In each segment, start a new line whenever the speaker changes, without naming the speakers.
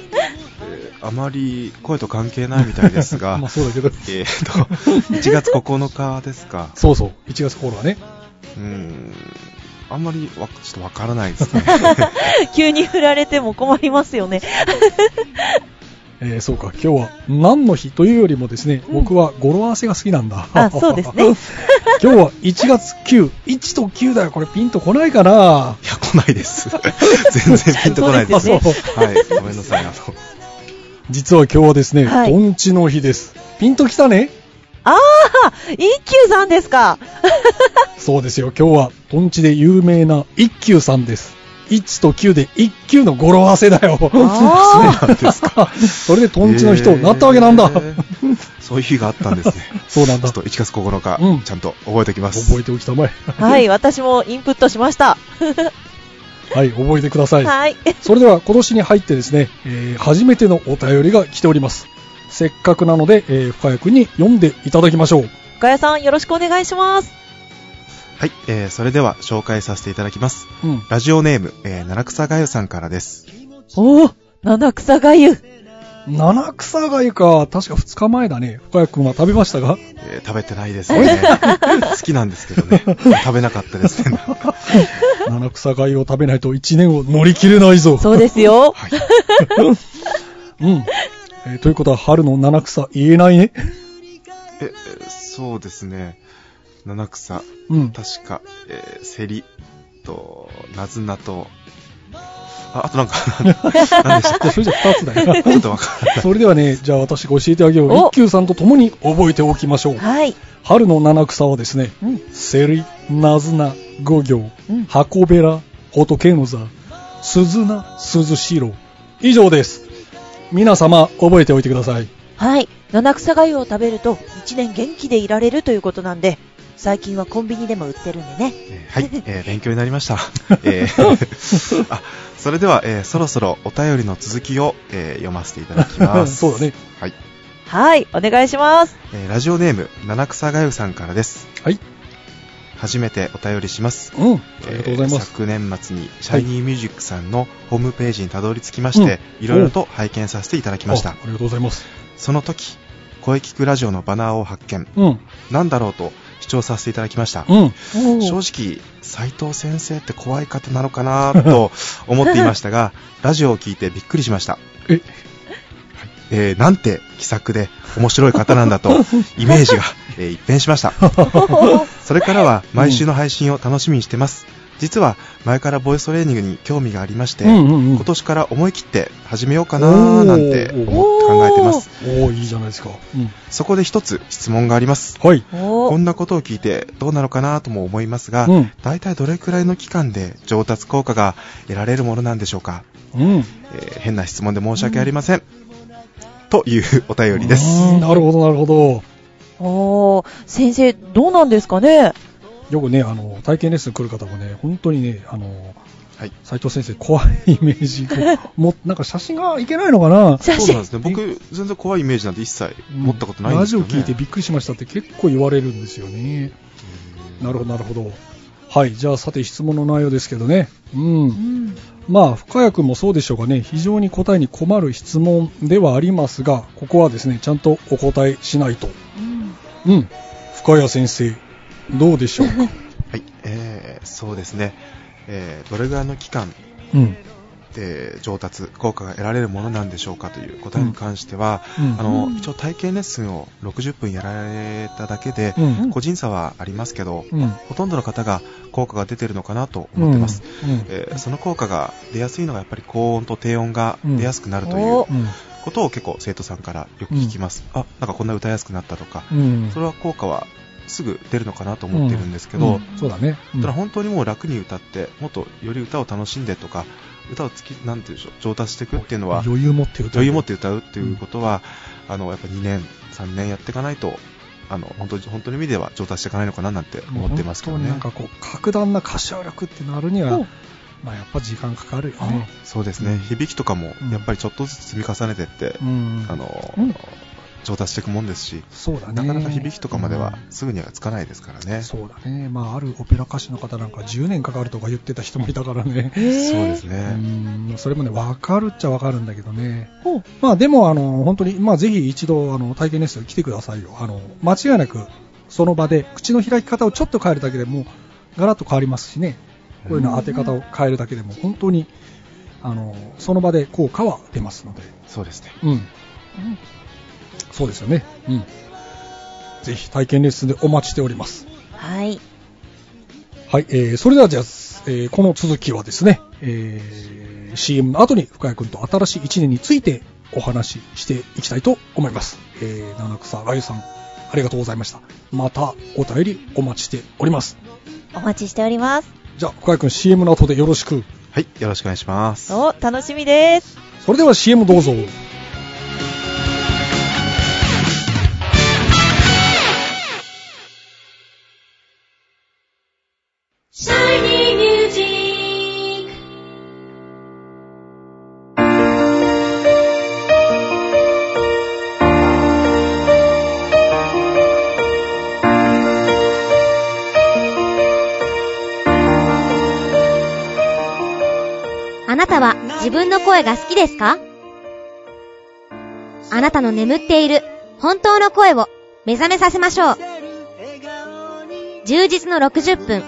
あまり声と関係ないみたいですが
まあそうだけど。
えーっと1月9日ですか
そうそう、1月9日はね。
うーんあんまりわちょっとわからないです ね
急に振られても困りますよね。
えーそうか、今日は何の日というよりもですね、
うん
僕は語呂合わせが好きなんだ。
あそうですね
今日は1月9、1と9だよ、これピンとこないかない
や、来ないです。 全然ピンとこないです。
そう
ですよ
はい、ごめんなさい、あの、
実は今日はですね、
はい
どんちの日です。ピンときたね
あー、一休さんですか。
そうですよ、今日はどんちで有名な一休さんです。1と9で1級の語呂合わせだよ。
あ
そうなんですか。
それでトンチの人になったわけなんだ。
えーそういう日があったんですね。
そうなん
ちょ
だ
っ。と1月9日、
うん
ちゃんと覚えておきます。
覚えておきたまえ。
はい、私もインプットしました。
はい、覚えてください。
はい。
それでは今年に入ってですね、えー初めてのお便りが来ております。せっかくなので、えー深谷くんに読んでいただきましょう。
深谷さん、よろしくお願いします。
はい、えー、それでは紹介させていただきます。
うん。
ラジオネーム、えー、七草がゆさんからです。
おお、七草がゆ。
七草がゆか、確か2日前だね。深谷くんは食べましたが
えー食べてないですね。 好きなんですけど ね。食べなかったですね。
七草がゆを食べないと1年を乗り切れないぞ。
そうです よ。
はい。
うん。えーということは春の七草言えないね。
え、えーそうですね。七草、
うん。
確か、えー、セリと、ナズナと、あ、あとなん か、何でしたっ
じゃあそれじゃ2つだよ
け。ちょっとわからない。
それではね、じゃあ私が教えてあげよう。
お
一休さんと共に覚えておきましょう。
はい。
春の七草はですね、
うん
セリ、ナズナ、五行
うん、
箱べら、仏の座、鈴名、鈴代。以上です。皆様、覚えておいてください。
はい。七草がゆを食べると、一年元気でいられるということなんで、最近はコンビニでも売ってるんでね。
えーは い、えー勉強になりました。えー あそれでは、えーそろそろお便りの続きを、えー読ませていただきます。
そうだね。
はい、
はい、お願いします。
えーラジオネーム、七草がゆさんからです。
はい。
初めてお便りします。
うん。ありがとうございま
えー
す。
昨年末にシャイニーミュージックさんのホームページにたどり着きまして、いろいろと拝見させていただきまし
ああ
た
りがとうございます。
その時声聞くラジオのバナーを発見
うん。
なんだろうと視聴させていただきました
うん。
正直斉藤先生って怖い方なのかなと思っていました がラジオを聞いてびっくりしました
え
えーなんて気さくで面白い方なんだと イメージが、えー一変しましたそれからは毎週の配信を楽しみにしてます、実は前からボイストレーニングに興味がありまして、
うんうんうん
今。年から思い切って始めようかなーなんて思って考えてます
おおいいじゃないですか。うん。
そこで一つ質問があります
はい。
お
こ
ー
んなことを聞いてどうなのかなとも思いますが、
うん。
大体どれくらいの期間で上達効果が得られるものなんでしょうか、
うん。
えー変な質問で申し訳ありません、というお便りです
うんなるほど、なるほど。
おー先生、どうなんですかね
よくね、あの、体験レッスン来る方もね、本当にね、あの、
はい
斉藤先生、怖いイメージが、 もなんか写真がいけないのかな
写
そう
真
なんで。すね僕全然怖いイメージなんて一切持ったことないんですよね
ラジオ聞いてびっくりしましたって結構言われるんですよね。なるほど、なるほど。はい、じゃあさて質問の内容ですけどね。うん。
うん
まあ、深谷君もそうでしょうがね、非常に答えに困る質問ではありますが、ここはですね、ちゃんとお答えしないと。うん。深谷先生、どうでしょうか
はい、えー、そうですね、えー、どれぐらいの期間
うん。
で上達効果が得られるものなんでしょうかという答えに関しては、
うん
あの一応体験レッスンを60分やられただけで、
うん
個人差はありますけど、
うん。
ほとんどの方が効果が出てるのかなと思ってます、
うん。
えーその効果が出やすいのがやっぱり高音と低音が出やすくなるという
お
うん。
ことを結構生徒さんからよく聞きます、あなんかこんな歌いやすくなったとか
うん。
それは効果はすぐ出るのかなと思ってるんですけど、
うんそうだね。
ただ本当にもう楽に歌ってもっとより歌を楽しんでとか歌をつきなんていうんでしょう上達していくっていうのは
余裕持ってる
余裕持って歌うっていうことは、あのやっぱ2年3年やっていかないとあの本当に本当の意味では上達していかないのかななんて思ってますけど
も
ね
う本当になんかこう、格段な歌唱力ってなるには、まあやっぱ時間かかるよね。
そうですね、響きとかも
うん
やっぱりちょっとずつ積み重ねてって、
うん
あの、
うん
上達していくもんですし
そうだね。
なかなか響きとかまでは
うん
すぐにはつかないですからね、
そうだね。まあ、あるオペラ歌手の方なんか10年かかるとか言ってた人もいたからね。
そうですね、
うんそれもね、わかるっちゃわかるんだけどね。
ほう
まあ、でも、あの、本当に、まあ、ぜひ一度、あの、体験レッスン来てくださいよ。あの、間違いなく、その場で、口の開き方をちょっと変えるだけでも、ガラッと変わりますしね。こういうの当て方を変えるだけでも、本当に、あの、その場で効果は出ますので。
そうですね
うん。そうですよね。うん。ぜひ体験レッスンでお待ちしております。
はい。
はい、えー、それではじゃあ、えーこの続きはですね、えー、CM の後に深谷くんと新しい1年についてお話ししていきたいと思います。えー、七草あゆさん、ありがとうございました。またお便りお待ちしております。
お待ちしております。
じゃあ、深谷くん CM の後でよろしく。
はいよろしくお願いします
お、楽しみです。
それでは CM どうぞ。
あなたは自分の声が好きですかあなたの眠っている本当の声を目覚めさせましょう。充実の60分、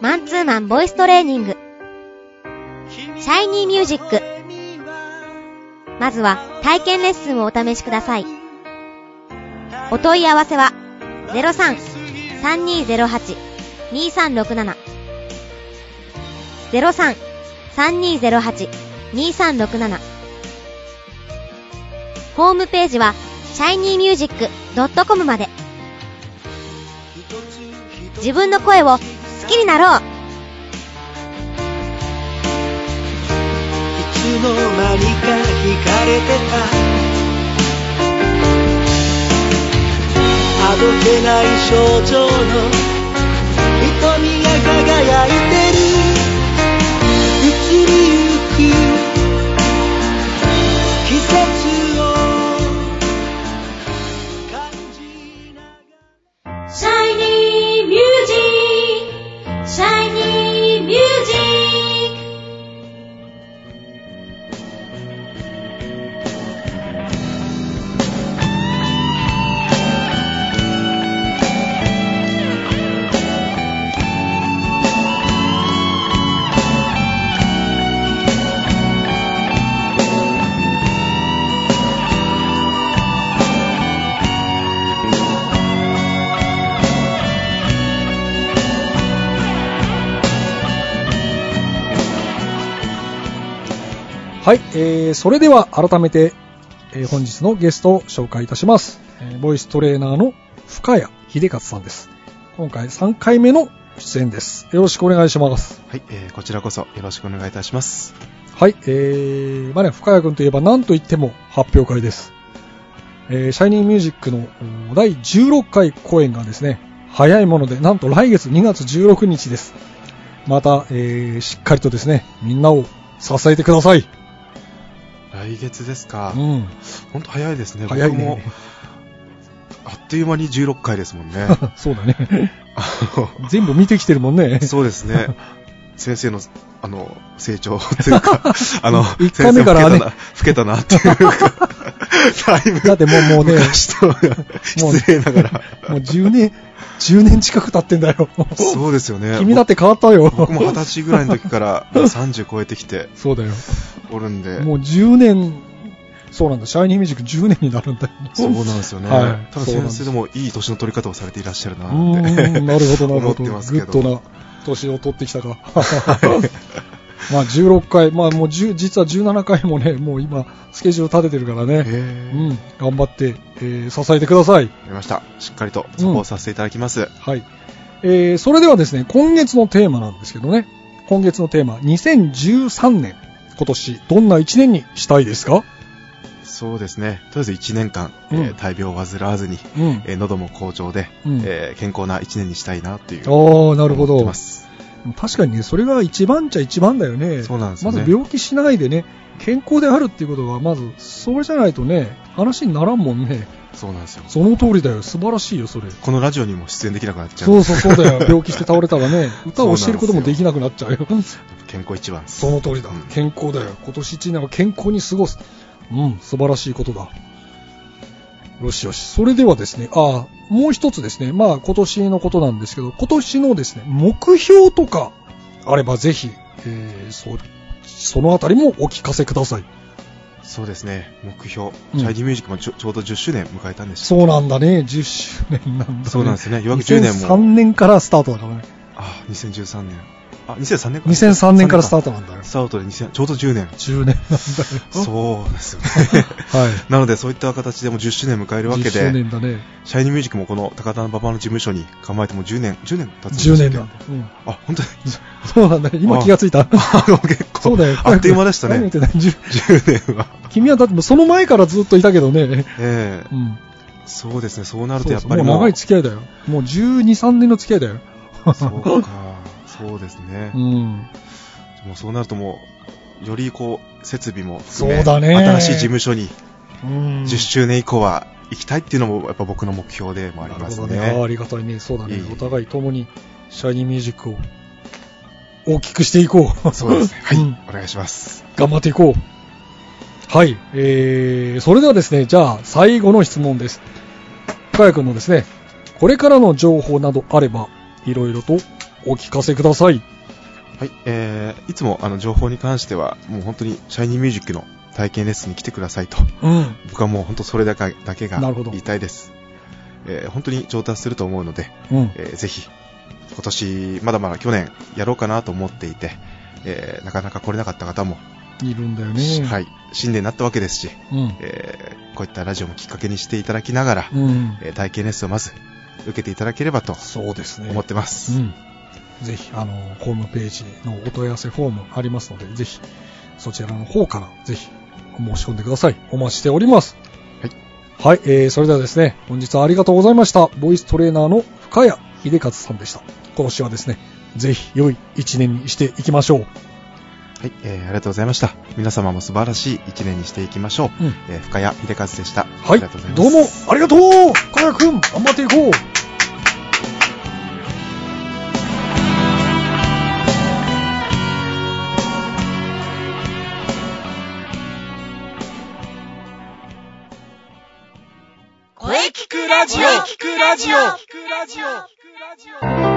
マンツーマンボイストレーニング。シャイニーミュージック。まずは体験レッスンをお試しください。お問い合わせは03-3208-2367 03 3208-2367ホームページは shinymusic.com まで自分の声を好きになろう
いつの間にか惹かれてたあどけない症状の瞳が輝いてる移りゆく季節を感じながら
Shiny music, shiny music.
はい、えー、それでは改めて、えー本日のゲストを紹介いたします、えーボイストレーナーの深谷秀勝さんです今回3回目の出演ですよろしくお願いします
はい、えーこちらこそよろしくお願いいたします。
はいえーまあね深谷君といえば何といっても発表会ですえーシャイニーミュージックのうん第16回公演がですね早いものでなんと来月2月16日ですまた、えーしっかりとですねみんなを支えてください
来月ですか。
うん
本当早いですね。
早いね
僕もあっという間に16回ですも んね。
そうだね。
あの
全部見てきてるもんね。
そうです ね。先生の、あの、成長という か、あの、
一
先
回目
生
からね
老けたな、老けたなって いうか、だいぶ、
だってもうもうね
昔と、失礼ながら。
もう10年、10年近く経ってんだよ。
そうですよね。
君だって変わったよ。
僕僕も二十歳ぐらいの時 から、もう30超えてきて
そうだよ。
おるんで、
もう10年、そうなんだ。シャイニーミュージック10年になるんだよ。
そうなんですよね。
はい
ただ
そう
先
なんです
生でもいい年の取り方をされていらっしゃるな
う
っ
ーん、
て、
なるほど、なる
思
ほ
って
ど。グ
ますけ
ッ
ど。
ドな年を取ってきたか。 まあ16回、まあもう10実は17回もね、もう今、スケジュール立ててるからね。
へ
う
ーわか
ん、頑張って、えー支えてください。
りました。しっかりとサポートさせていただきます。
はい。えーそれではですね、今月のテーマなんですけどね、今月のテーマ、2013年、今年、どんな1年にしたいですか
そうですね。とりあえず1年間、
うん
えー大病を患わずに、
うん。
えー喉も好調で、
うん
えー健康な1年にしたいなという。
ああ、なる
思
ほ
って
ど
ま。す
確かにね、それが一番っちゃ一番だよね。
そうなんですよ
ま
ね。
ず病気しないでね、健康であるっていうことは、まず、それじゃないとね、話にならんもんね。
そうなんですよ。
その通りだよ。素晴らしいよ、それ。
このラジオにも出演できなくなっちゃう
そうそうそうだよ。病気して倒れたらね、歌を教えることもできなくなっちゃう よ。
健康一番です
その通りだ
うん。
健康だよ。今年一年は健康に過ごす。うん、素晴らしいことだ。よしよし。それではですね、ああ、もう一つですね、まあ今年のことなんですけど、今年のですね、目標とかあればぜひ、えー、そそのあたりもお聞かせください。
そうですね。目標。
うん
シャイニーミュージックもちょちょうど10周年迎えたんでした。
そうなんだね、10周年なんだ、ね。
そうなんですねようやく10年も
2003年からスタートだからね。
あ、2013年。あ、2003年か。
2003年からスター
ト。
トなんだよ。
スタートで2000ちょうど10年。
10年なんだよ。
そうですよね。
はい。
なので、そういった形でもう10周年迎えるわけ
10周
で、
年だね。
シャイニーミュージックもこの高田馬場の事務所に構えてもう10年、10年経つんです
10
よ
年なんだ。うん。
あ、本当に。
そうなんだ。今気がついた。
あの、結構。
そうだよ。
あっという間でしたね
何言っ。てんだ10
10年は。
君はだってもうその前からずっといたけどね。
ええ
うん。
そうですね。そうな
そう
る
そ
と
う
やっぱり
もう
もう。
長い付き合いだよ。もう12、3年の付き合いだよ。
そうか。そうですね
う。ん。
もうそうなるともう、よりこう、設備も含め
そうだね
新しい事務所に
うん。
10周年以降は行きたいっていうのもやっぱ僕の目標でもあり
な
ま
る
す
ほど
ね。
ね。ああありがたいね。そうだね
いい。
お互い共に、シャイニーミュージックを大きくしていこう。
そうですね。はい、
うん
お願いします。
頑張っていこう。はい。えー、それではですね、じゃあ、最後の質問です。深谷君のですね、これからの情報などあれば、いろいろとお聞かせください。
はい、えー、いつもあの情報に関しては、もう本当にシャイニーミュージックの体験レッスンに来てくださいと。
うん。
僕はもう本当それだけだけが
なるほど
言いたいです。えー、本当に上達すると思うので、
うん。
えーぜひ、今年、まだまだ去年やろうかなと思っていて、えー、なかなか来れなかった方も、
いるんだよね。。
はいい、新年になったわけですし、
うん。
えーこういったラジオもきっかけにしていただきながら、
うん。
えー体験レッスンをまず受けていただければと
そうですね。
思ってます。
うん。ぜひ、あの、ホームページのお問い合わせフォームありますので、ぜひ、そちらの方から、ぜひ、お申し込んでください。お待ちしております。
はい。
はい、えー、それではですね、本日はありがとうございました。ボイストレーナーの深谷秀和さんでした。今年はですね、ぜひ良い一年にしていきましょう。
はい、えーありがとうございました。皆様も素晴らしい一年にしていきましょう。
うん
えー深谷秀和でした。あ
はい、
りがとうございます。
どうもありがとう小谷くん、頑張っていこう
声聞くラジオ聞くラジオ聞くラジオ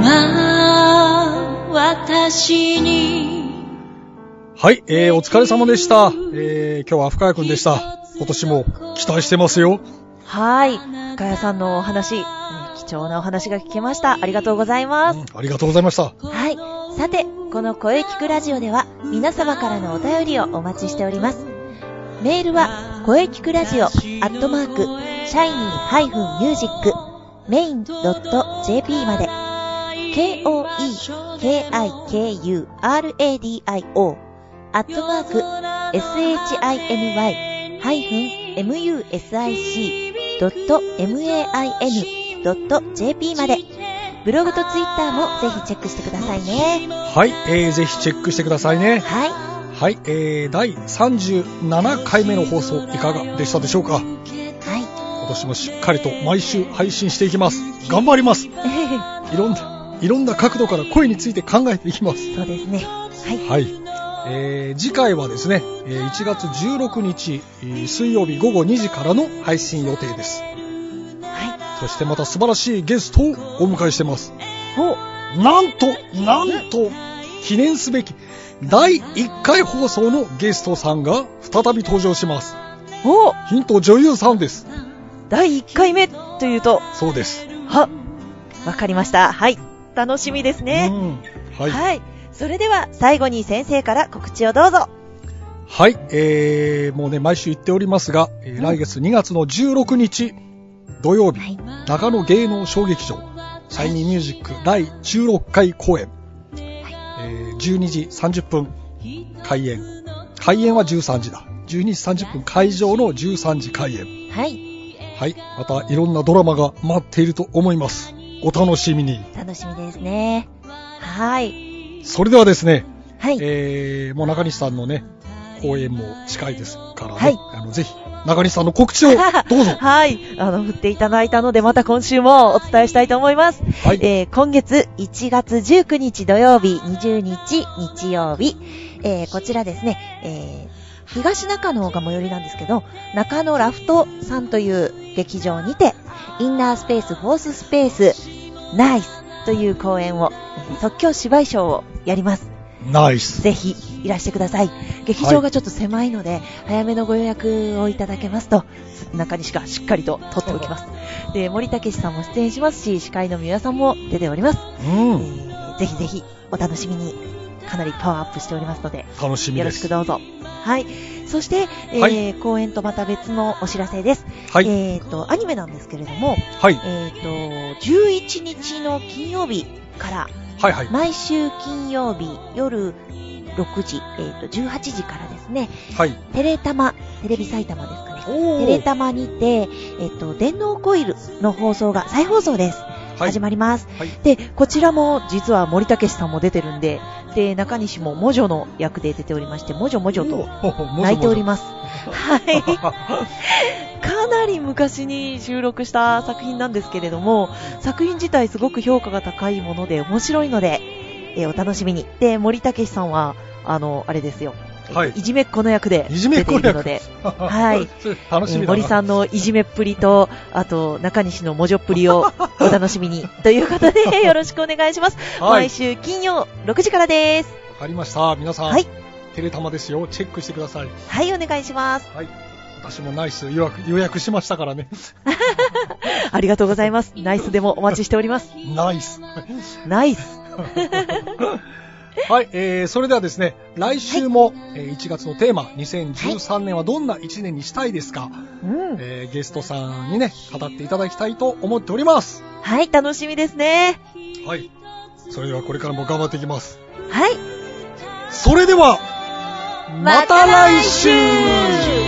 今、私に
はい、えー、お疲れ様でした。えー、今日は深谷くんでした。今年も期待してますよ。
はい。深谷さんのお話、えー貴重なお話が聞けました。ありがとうございます。
うんありがとうございました。
はい。さて、この声聞くラジオでは皆様からのお便りをお待ちしております。メールは、声聞くラジオアットマーク、シャイニー -music-main.jp まで、k-o-e-k-i-k-u-r-a-d-i-o アットマーク、shiny-music.main.jp まで、ブログとツイッターもぜひチェックしてくださいね。
はい、えー、ぜひチェックしてくださいね。
はい。
はい、えー、第37回目の放送いかがでしたでしょうか
は
今年もしっかりと毎週配信していきます。頑張りますい
い。
ろんな、いろんな角度から声について考えていきま す。
そうですね。はい。
はい。えー次回はですね、えー1月16日、えー水曜日午後2時からの配信予定です。
は
そしてまた素晴らしいゲストをお迎えしてます。なんと、なんと、記念すべき第1回放送のゲストさんが再び登場します。
い。お
ヒント女優さんです。
第1回目というと、
そうです。
は、わかりました。はい。楽しみです
う
ね。
ん。は。
はいい、それでは、最後に先生から告知をどうぞ。。
はい、えー、もうね、毎週言っておりますが、えー来月2月の16日土曜日、中野芸能小劇場、シャイニーミュージック第16回公演、えー12時30分開演、開演は13時だ。12時30分会場の13時開演。
い。はい。
はい、またいろんなドラマが待っていると思います。お楽しみに。
楽しみですね。はい。
それではですね、
はい。
えー、もう中西さんのね、公演も近いですからね、
はい
あのぜひ、中西さんの告 知をどうぞ
はい。あの、振っていただいたので、また今週もお伝えしたいと思います。
はい、
えー今月1月19日土曜日、20日日曜日、
えーこちらですね、えー東中野が最寄りなんですけど、中野ラフトさんという劇場にて、インナースペース、フォーススペース、ナイスという公演を、えー即興芝居ショーをやります。
ナイス。
ぜひいらしてください。劇場がちょっと狭いので、早めのご予約をいただけますと、中西がしっかりと取っておきます。で、森武さんも出演しますし、司会の宮さんも出ております。
う
え
ん、
ーぜひぜひお楽しみに、かなりパワーアップしておりますので、
楽しみ
よろ
で
しく
す。
どうぞ。はい。そして、えー
は
公演とまた別のお知らせです。
はい、
えっ、と、アニメなんですけれども、
はい、
えっ、と、11日の金曜日から、
はい、はい、
毎週金曜日夜6時、えっ、と、18時からですね、
はい。
テレタマ、テレビ埼玉ですかね。
お
テレタマにて、えっ、と、電脳コイルの放送が再放送です。
はい
始、まります、
はい
で、こちらも実は森武さんも出てるんで、で、中西もモジョの役で出ておりまして、モジョモジョと
おお
泣いており
も
ます。はい。 かなり昔に収録した作品なんですけれども、作品自体すごく評価が高いもので面白いので、えーお楽しみに。で、森武さんは、あの、あれですよ。
はい
いじめっ子の役で
いじめ
出
っ
て
子
い
の
る
役
ので、
もも
はい
それ楽しみ
えー
だな。
森さんのいじめっぷりと、あと、中西のもじょっぷ りをお楽しみに。ということで、よろしくお願いします。
はい、
毎週金曜6時からです。
わかりました。皆さん、
はい
テレタマですよ。チェックしてください。
はい、お願いします。
私もナイス予約予約しましたからね。
ありがとうございます。ナイスでもお待ちしております。
ナイス。
ナイス。
はい、えー、それではですね、来週も、えー1月のテーマ、2013年はどんな1年にしたいですか、
うん。
えーゲストさんにね、語っていただきたいと思っております。
はい、楽しみですね。
はい。それではこれからも頑張っていきます。
はい。
それでは、また来週
また来週